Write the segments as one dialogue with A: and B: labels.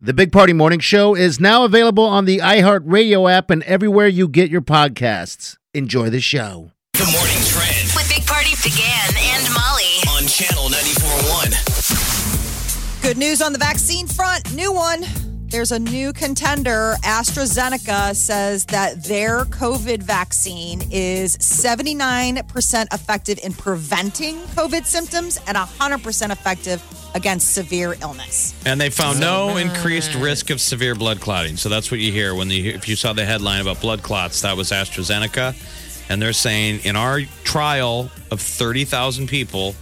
A: The Big Party Morning Show is now available on the iHeartRadio app and everywhere you get your podcasts. Enjoy the show.
B: The morning trend
C: With Big Party began and Molly.
B: on channel 94.1.
D: Good news on the vaccine front. New one. There's a new contender. AstraZeneca says that their COVID vaccine is 79% effective in preventing COVID symptoms and 100% effective against severe illness.
E: And they found no increased risk of severe blood clotting. So that's what you hear when you if you saw the headline about blood clots, that was AstraZeneca, and they're saying in our trial of thirty thousand people,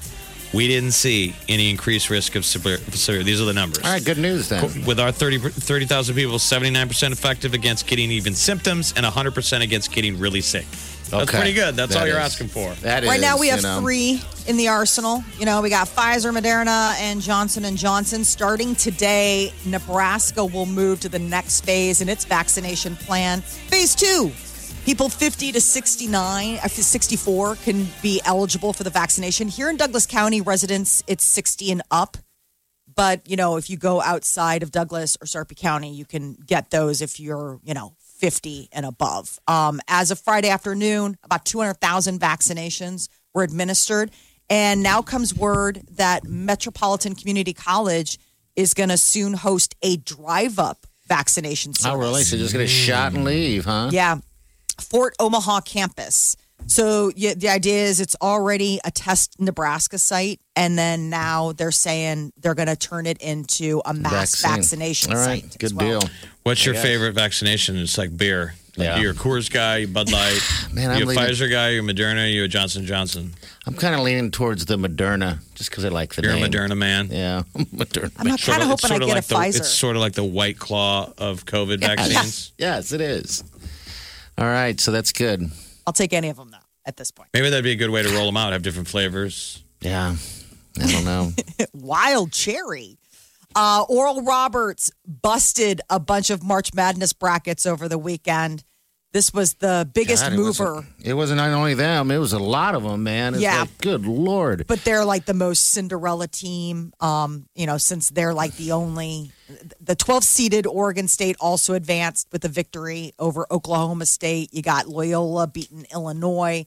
E: we didn't see any increased risk of severe. severe these are the numbers.
A: All right, good news then.
E: With our 30 30,000 people, 79% effective against getting even symptoms and 100% against getting really sick. That's
A: Okay.
E: pretty good. That's
A: That
E: all you're
A: is-
E: asking for.
A: That is
D: right now we
A: you
D: have
A: know.
D: three in the arsenal you know we got pfizer moderna and johnson and johnson starting today nebraska will move to the next phase in its vaccination plan phase two people 50 to 69 uh, 64 can be eligible for the vaccination here in douglas county residents it's 60 and up but you know if you go outside of douglas or sarpy county you can get those if you're you know 50 and above um, as of friday afternoon about 200000 vaccinations were administered and now comes word that metropolitan community college is going to soon host a drive up vaccination
A: Oh,
D: service
A: really? So just get a shot and leave, huh?
D: yeah. Fort Omaha campus. So yeah, the idea is it's already a test Nebraska site, and then now they're saying they're going to turn it into a mass
A: Vaccine.
D: vaccination
A: All right,
D: site. as
A: good
D: well.
A: deal.
E: What's your favorite vaccination? It's like beer. Like
A: Yeah.
E: You're a Coors guy, you Bud Light.
A: Man, I'm
E: you a
A: leaning-
E: Pfizer guy, you're a Moderna, you're a Johnson Johnson.
A: I'm kind of leaning towards the Moderna just because I like the
E: You're
A: name.
E: a Moderna man.
A: Yeah, Moderna.
D: I'm not kind of
E: it's
D: hoping I
E: sorta
D: get
E: like
D: a
E: the,
D: Pfizer.
E: It's sort of like the white claw of COVID vaccines.
A: Yes, it is. All right, so that's good.
D: I'll take any of them though. At this point,
E: Maybe that'd be a good way to roll them out, have different flavors.
A: Yeah, I don't know.
D: wild cherry. Uh, Oral Roberts busted a bunch of March Madness brackets over the weekend. This was the biggest
A: God, it
D: mover.
A: wasn't- It wasn't, only them; it was a lot of them, man. It's
D: Yeah.
A: like, good lord.
D: but they're like the most Cinderella team. Um, you know, since they're like the only the 12 seeded Oregon State also advanced with a victory over Oklahoma State. You got Loyola beating Illinois.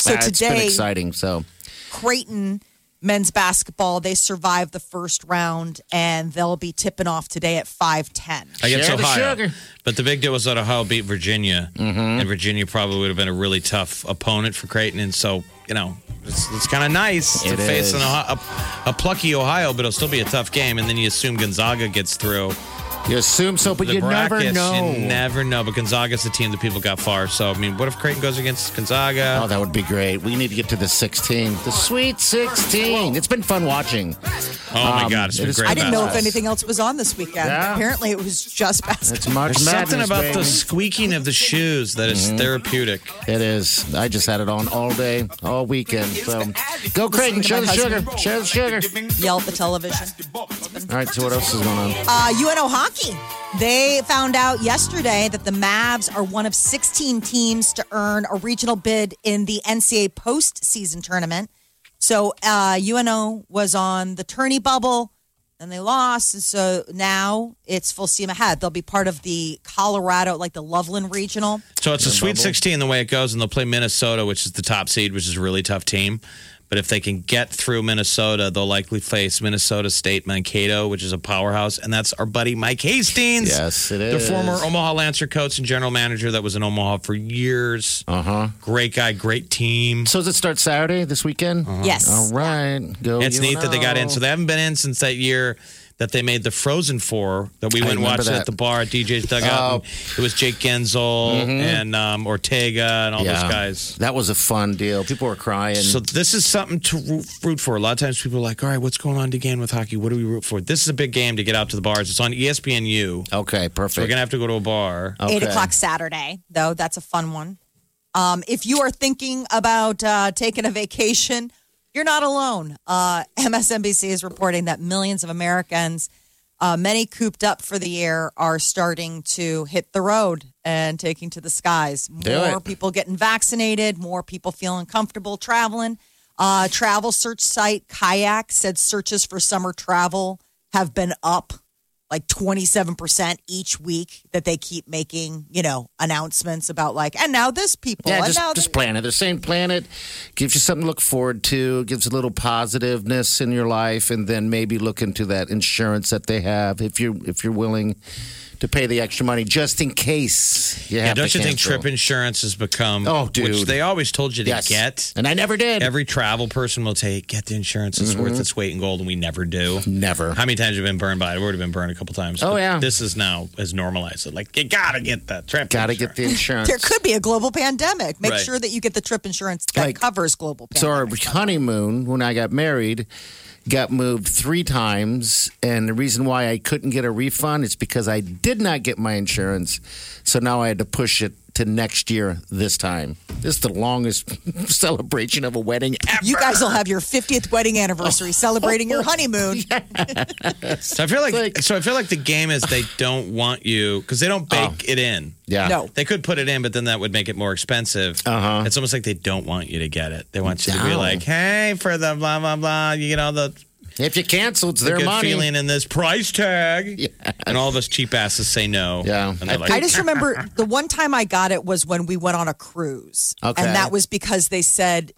D: So
A: Ah, it's been
D: today,
A: exciting. So
D: Creighton men's basketball they survived the first round and they'll be tipping off today at 5:10.
E: I guess
A: Share the
E: Ohio.
A: sugar.
E: But the big deal was that Ohio beat Virginia,
A: Mm-hmm.
E: and Virginia probably would have been a really tough opponent for Creighton. And so, you know, it's, it's kind of nice to
A: It is.
E: face an Ohio, a, a plucky Ohio, but it'll still be a tough game. And then you assume Gonzaga gets through.
A: you assume so, but
E: the
A: you
E: brackets,
A: never know.
E: You never know. But Gonzaga's the team that people got far. So, I mean, what if Creighton goes against Gonzaga?
A: Oh, that would be great. We need to get to the 16, the Sweet 16. It's been fun watching.
E: Oh, my
A: um,
E: God. It's
A: it
E: been
A: is-
E: great.
D: I didn't know if
A: Yes.
D: anything else was on this weekend.
A: Yeah.
D: Apparently it was just
A: It's
D: basketball.
A: March
E: There's something
A: Madness,
E: about
A: baby. Mm-hmm.
E: the squeaking of the shoes that is therapeutic.
A: It is. I just had it on all day, all weekend. So go Creighton, share the sugar, share the sugar.
D: Yell at the television.
A: All right, so what else is going on?
D: Uh, UNO hockey. They found out yesterday that the Mavs are one of 16 teams to earn a regional bid in the NCAA postseason tournament. So uh, UNO was on the tourney bubble and they lost. And so now it's full steam ahead. They'll be part of the Colorado, like the Loveland regional.
E: So it's a Sweet 16 the way it goes, and they'll play Minnesota, which is the top seed, which is a really tough team. But if they can get through Minnesota, they'll likely face Minnesota State Mankato, which is a powerhouse, and that's our buddy Mike Hastings.
A: Yes, it
E: The
A: is.
E: former Omaha Lancer coach and general manager that was in Omaha for years.
A: Uh huh.
E: Great guy, great team.
A: So does it start
E: Uh-huh.
A: Saturday this weekend?
D: Yes.
A: All right. Go.
F: Oh,
E: It's neat that they got in. So they haven't been in since that year that they made the Frozen Four that we
F: I
E: went and
F: remember
E: watched
F: that. Oh.
E: at the bar at DJ's Dugout. and It was Jake Genzel
F: Mm-hmm.
E: and um, Ortega and all those guys.
F: That was a fun deal. People were crying.
E: So this is something to root, root for. A lot of times people are like, "All right, what's going on again with hockey? What do we root for?" This is a big game to get out to the bars. It's on E ESPNU.
F: okay, perfect.
E: So we're gonna have to go to a bar.
D: Eight
F: Okay.
D: o'clock Saturday, though. That's a fun one. Um, if you are thinking about uh, taking a vacation, you're not alone. Uh, MSNBC is reporting that millions of Americans, uh, many cooped up for the year, are starting to hit the road and taking to the skies.
F: Do
D: more
F: it.
D: people getting vaccinated, more people feeling comfortable traveling. Uh, travel search site Kayak said searches for summer travel have been up like 27% each week that they keep making, you know, announcements about like, and now this people,
F: Yeah,
D: and
F: just,
D: now
F: just
D: this-
F: plan it. The same plan it gives you something to look forward to, gives a little positiveness in your life, and then maybe look into that insurance that they have if you're if you're willing to pay the extra money just in case. You
E: Yeah,
F: have
E: don't
F: to
E: you think
F: cancel.
E: trip insurance has become?
F: Oh,
E: Which
F: dude.
E: they always told you to
F: Yes.
E: get.
F: And I never did.
E: Every travel person will say, "Get the insurance; it's
F: Mm-hmm.
E: worth its weight in gold," and we never do.
F: never.
E: How many times have you been burned by it? I've already been burned a couple times.
F: Oh,
E: but
F: yeah.
E: This is now has normalized it. Like you gotta get that trip.
F: Got to get the insurance.
D: there could be a global pandemic. Make
E: Right.
D: sure that you get the trip insurance that
F: Like-
D: covers global
F: So our
D: pandemic.
F: honeymoon, when I got married, got moved three times, and the reason why I couldn't get a refund is because I did not get my insurance. So now I had to push it to next year. This time, this is the longest celebration of a wedding ever.
D: you guys will have your 50th wedding
F: Oh.
D: anniversary celebrating your honeymoon.
E: So I feel like,
F: Like-
E: so I feel like the game is they don't want you because they don't bake it in.
F: Oh. Yeah.
D: No.
E: They could put it in, but then that would make it more expensive. Uh-huh. It's almost like they don't want you to get it. They want you to be
F: No.
E: like, "Hey, for the blah blah blah, you get all the,
F: If you cancel, it's
E: the
F: their
E: good
F: money.
E: feeling in this price tag," and all of us cheap asses say no.
F: Yeah.
E: and they're like,
D: I just remember the one time I got it was when we went on a cruise.
F: Okay.
D: And that was because they said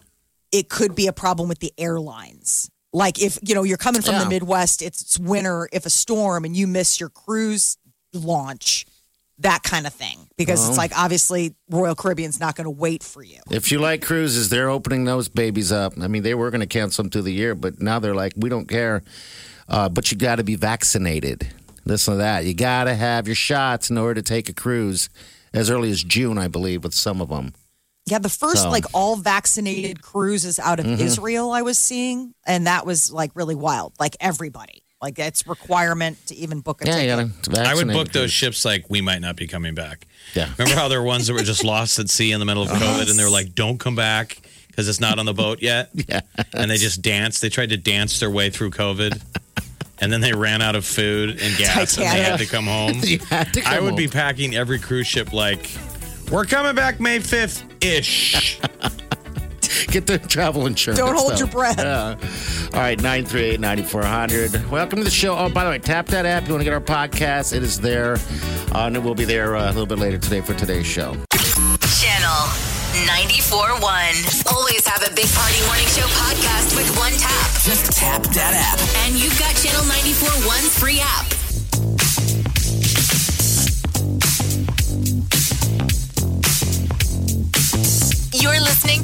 D: it could be a problem with the airlines. Like if, you know, you're coming from the
F: Yeah.
D: Midwest, it's, it's winter, if a storm and you miss your cruise launch, that kind of thing. Because
F: Oh.
D: it's like obviously Royal Caribbean's not going to wait for you.
F: If you like cruises, they're opening those babies up. I mean, they were going to cancel them through the year, but now they're like, we don't care. Uh, but you got to be vaccinated. Listen to that. You got to have your shots in order to take a cruise as early as June, I believe, with some of them.
D: Yeah, the first
F: So-
D: like all vaccinated cruises out of
E: Mm-hmm.
D: Israel I was seeing, and that was like really wild. Like everybody, like it's requirement to even book a
F: Yeah,
D: ticket.
F: you got to vaccinate.
E: I would book those ships like we might not be coming back.
F: Yeah.
E: Remember how there were ones that were just lost at sea in the middle of COVID and they were like, don't come back because it's not on the boat yet. Yeah. And they just danced. They tried to dance their way through COVID. And then they ran out of food and gas and they had to come home.
F: You had to
E: I
F: come
E: would be
F: home.
E: packing every cruise ship like, we're coming back May 5th ish.
F: Get the travel insurance.
D: Don't hold
F: though.
D: your breath.
F: Yeah. All right, 938 9400. Welcome to the show. Oh, by the way, tap that app. You want to get our podcast? It is there. Uh, and it will be there uh, a little bit later today for today's show.
C: Channel 94.1. Always have a Big Party Morning Show podcast with one tap.
B: Just tap that app.
C: And you've got Channel 94.1's free app. You're listening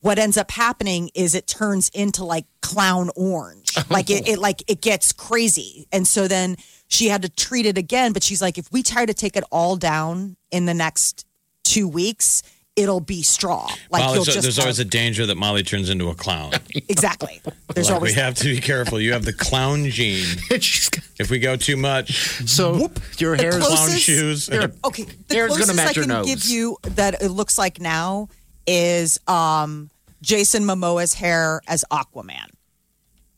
D: what ends up happening is it turns into like clown orange like it,
E: Oh.
D: it like it gets crazy and so then she had to treat it again but she's like if we try to take it all down in the next two weeks it'll be straw like
E: Molly,
D: you'll
E: so
D: just
E: there's always a danger that Molly turns into a clown.
D: exactly there's
E: Like, we
D: always
E: have to be careful. You have the clown gene.
F: She's got-
E: If we go too much,
F: so your hair is
D: closest-
E: clown shoes.
D: okay the
F: Hair's gonna
D: closest i
F: match your
D: can
F: nose.
D: give you that it looks like now is um jason momoa's hair as aquaman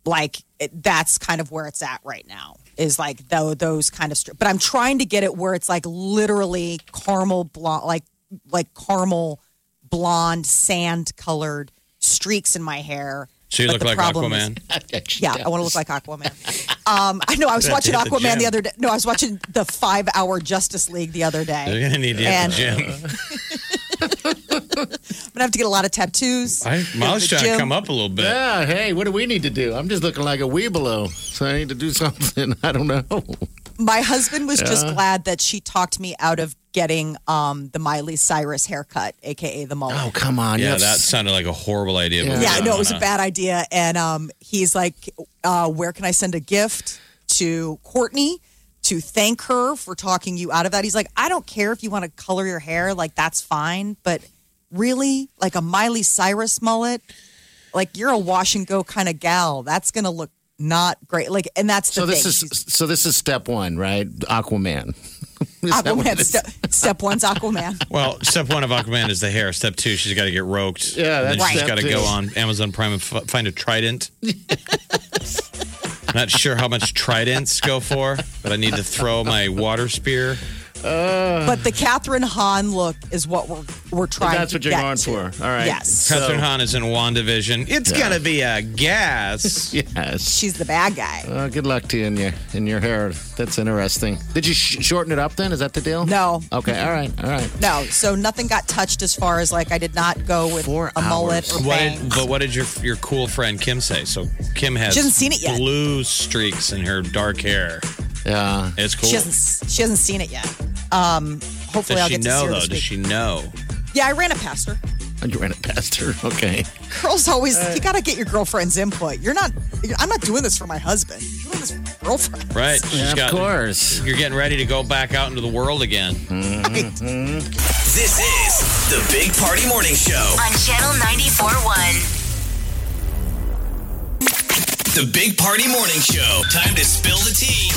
D: like it, that's kind of where it's at right now is like though those kind of str- but i'm trying to get it where it's like literally caramel blonde like like caramel blonde sand colored streaks in my hair
E: So you
D: But
E: look
D: the
E: like
D: problem is-
E: Aquaman.
D: yeah, I want to look like Aquaman. Um, I know I was watching
E: to hit the
D: Aquaman
E: gym.
D: the other day. No, I was watching the five-hour Justice League the other
E: You're
D: day.
E: gonna need to hit
D: And-
E: the gym.
D: I'm gonna have to get a lot of tattoos.
E: I, Molly's
D: Go to the
E: trying to
D: gym.
E: come up a little bit.
F: Yeah, hey, what do we need to do? I'm just looking like a weebolo, so I need to do something. I don't know.
D: My husband was just glad that she talked me out of getting um, the Miley Cyrus haircut, aka the mullet.
F: Oh, come on.
E: Yeah,
F: you have
E: that sounded like a horrible idea. but we
D: yeah,
E: don't
D: no, it was a
E: wanna-
D: bad idea. And um, he's like, uh, "Where can I send a gift to Courtney to thank her for talking you out of that?" He's like, "I don't care if you want to color your hair, like that's fine, but really, like a Miley Cyrus mullet, like you're a wash and go kind of gal. That's gonna look not great. Like, and that's
F: So
D: the thing.
F: this is
D: She's-
F: so this is step one, right? Aquaman.
D: Aquaman. Step, step one's Aquaman.
E: Well, step one of Aquaman is the hair. Step two, she's got to get roped.
F: Yeah,
E: and then
F: that's
E: she's
F: step
E: got to
F: two.
E: go on Amazon Prime and f- find a trident. Not sure how much tridents go for, but I need to throw my water spear.
D: But the Catherine Hahn look is what we're we're trying.
F: That's
D: to
F: what you're
D: get
F: going
D: to.
F: for. All right.
D: Yes.
F: So-
E: Catherine Hahn is in WandaVision. It's gonna be a gas.
F: Yes.
D: She's the bad guy.
F: Uh, good luck to you in your in your hair. That's interesting. Did you sh- shorten it up then? Is that the deal?
D: No.
F: Okay. All right. All right.
D: No, so nothing got touched as far as like I did not go with
F: Four
D: a mullet or
E: What did,
D: bangs.
E: but what did your your cool friend Kim say? So Kim has
D: She hasn't seen it yet.
E: blue streaks in her dark hair.
F: Yeah.
E: It's cool.
D: She hasn't she hasn't seen it yet. Um, hopefully
E: Does
D: I'll
E: she
D: get to see
E: know
D: her
E: though?
D: this
E: Does
D: week.
E: she know?
D: Yeah, I ran it past her.
F: You ran it past her. Okay.
D: Girls always you got to get your girlfriend's input. You're not I'm not doing this for my husband. I'm doing this for my girlfriend.
E: Right? She's
F: of
E: got-
F: course. Mm-hmm.
E: You're getting ready to go back out into the world again.
B: This is the Big Party Morning Show.
C: On Channel 94.1.
B: The Big Party Morning Show. Time to spill the tea.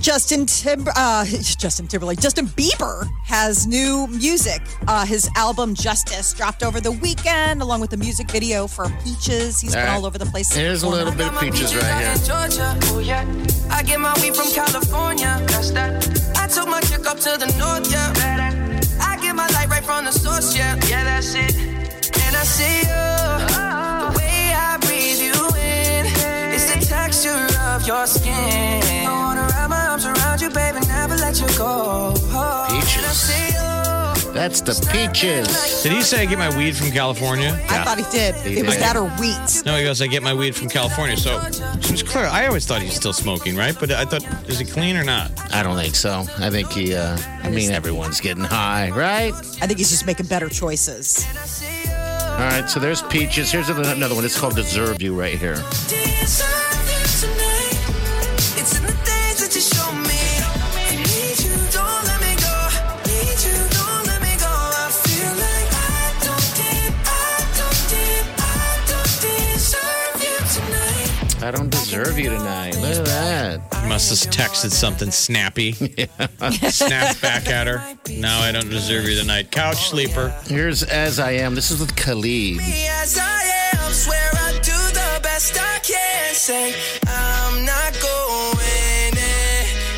D: Justin Tim uh, Justin Timberlake, Justin Bieber has new music. Uh, his album Justice dropped over the weekend along with the music video for Peaches. He's been
F: right.
D: all over the place.
F: Here's a
D: performing.
F: little bit of peaches right here.
G: Georgia, oh yeah. I get my weed from California, that's that. I took my chick up to the north, yeah. Better. I get my light right from the source, yeah. Yeah, that's it. And I see you. The way I breathe you in is the texture of your skin. I wanna wrap my arms around you, baby, never let you go. And I
F: Peaches.
G: see you.
F: That's the peaches.
E: Did he say I get my weed from California?
D: I thought he did. it was
F: did.
D: that or wheat.
E: No, he goes, I get my weed from California. So, so it's clear. I always thought he's still smoking, right? But I thought, is he clean or not?
F: I don't think so. I think he. Uh, I mean, everyone's getting high, right?
D: I think he's just making better choices.
F: All right. So there's peaches. Here's another one. It's called Deserve You right here.
G: Deserve this tonight. It's in the things that you show me. I need you, don't let me go. Need you, don't let me go. I feel like I don't de- I don't de- I don't deserve you tonight.
F: I don't deserve you tonight. Look at that.
E: He must have texted something snappy. Snapped back at her. No, I don't deserve you tonight. Couch sleeper.
F: Here's As I Am. This is with Khalid.
G: me as I am. Swear I do the best I can. Say I'm not going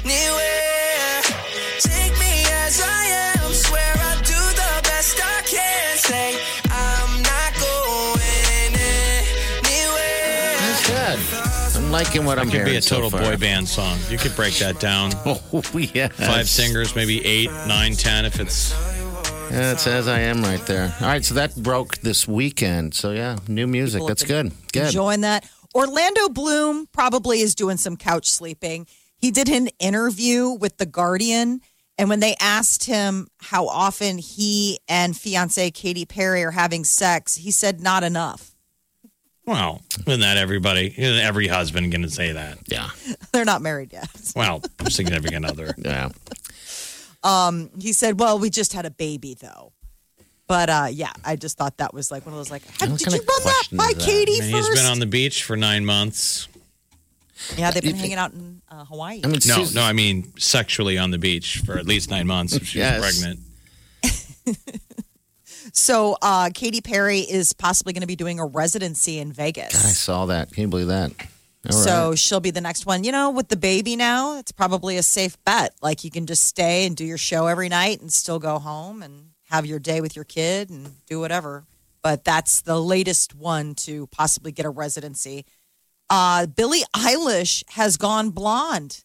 G: anywhere. Take me as I am. Swear I do the best I can. Say I'm not going anywhere.
F: That's good. I'm liking what I'm
E: Could
F: hearing.
E: be a total
F: so far.
E: boy band song. You could break that down.
F: Oh yeah.
E: Five singers, maybe eight, nine, ten. If it's
F: Yeah, it says I am right there. All right, so that broke this weekend. So yeah, new music.
D: People have
F: That's
D: been
F: good. Good.
D: enjoying that. Orlando Bloom probably is doing some couch sleeping. He did an interview with The Guardian, and when they asked him how often he and fiance Katy Perry are having sex, he said not enough.
E: well, isn't that everybody? Isn't every husband going to say that?
F: Yeah.
D: They're not married yet.
E: Well, significant other.
F: Yeah.
D: He said, "Well, we just had a baby though." But uh, yeah, I just thought that was like one of those like, how,
F: What
D: did
F: kind
D: you
F: of
D: run that
F: question
D: by
F: is that?
D: Katie
E: And he's
D: first?
E: been on the beach for nine months.
D: yeah, they've been
F: You
D: hanging out in uh, Hawaii.
F: I mean,
E: No,
F: Susan-
E: no, I mean sexually on the beach for at least nine months if she's
F: Yes.
E: pregnant.
D: so uh, Katy Perry is possibly going to be doing a residency in Vegas.
F: I saw that. Can you believe that? All
D: so
F: right.
D: she'll be the next one. You know, with the baby now, it's probably a safe bet. Like you can just stay and do your show every night and still go home and have your day with your kid and do whatever. But that's the latest one to possibly get a residency. Uh, Billie Eilish has gone blonde.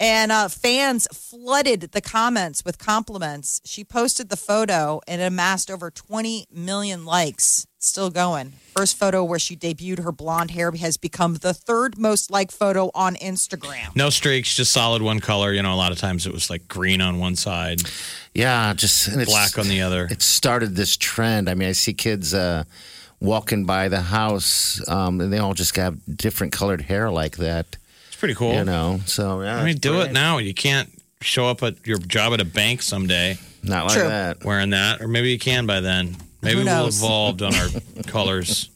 D: And uh, fans flooded the comments with compliments. She posted the photo and it amassed over 20 million likes. Still going. First photo where she debuted her blonde hair has become the third most liked photo on Instagram.
E: No streaks, just solid one color. You know, a lot of times it was like green on one side,
F: yeah, just and it's,
E: black on the other.
F: It started this trend. I mean, I see kids uh, walking by the house, um, and they all just have different colored hair like that.
E: It's pretty cool.
F: You know, so yeah.
E: I mean,
F: it's
E: do
F: great.
E: it now. You can't show up at your job at a bank someday
F: Not like
D: True.
F: that.
E: wearing that, or maybe you can by then. Maybe
D: Who
E: we'll
D: knows?
E: evolved on our colors.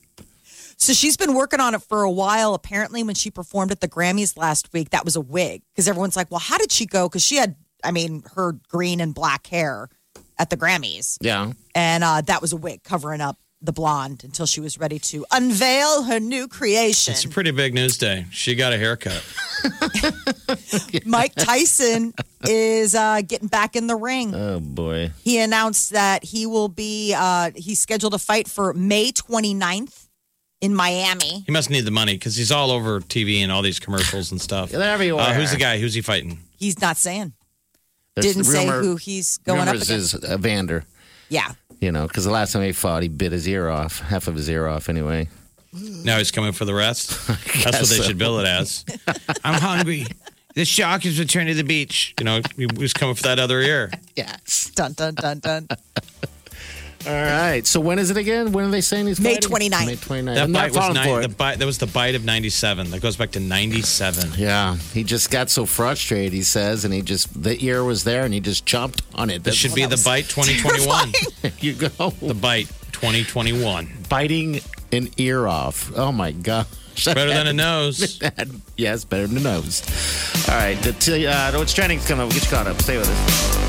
D: So she's been working on it for a while. Apparently, when she performed at the Grammys last week, that was a wig because everyone's like, well, how did she go? Because she had, I mean, her green and black hair at the Grammys.
F: Yeah.
D: and uh, that was a wig covering up the blonde until she was ready to unveil her new creation.
E: It's a pretty big news day. She got a haircut.
D: Mike Tyson is uh, getting back in the ring.
F: Oh boy.
D: He announced that he will be uh, he's scheduled a fight for May 29th in Miami.
E: He must need the money because he's all over TV and all these commercials and stuff.
F: They're everywhere.
E: Uh, who's the guy? Who's he fighting?
D: He's not saying.
F: There's
D: Didn't say
F: rumor-
D: who he's going up
F: rumors
D: against.
F: is Evander.
D: yeah.
F: You know, because the last time he fought, he bit his ear off, half of his ear off, anyway.
E: Now he's coming for the rest. That's what they
F: so.
E: should bill it as. I'm hungry. The shark is returning to the beach. You know, he was coming for that other ear.
F: Yes.
D: Dun dun dun dun.
F: All right. So when is it again? When are they saying he's
D: May
F: fighting?
D: 29th.
F: May 29th.
E: That
F: I'm not
E: bite was
F: falling for
E: nine,
F: it.
E: the bite, that was the bite of '97. That goes back to '97.
F: Yeah, he just got so frustrated. He says, and he just the ear was there, and he just chomped on it.
E: That should be the bite 2021.
F: you go
E: The bite 2021.
F: biting an ear off. Oh my gosh,
E: Better than a nose.
F: yes, better than a nose. All right, the t- uh, what's trending's coming up. We'll get you caught up. Stay with us.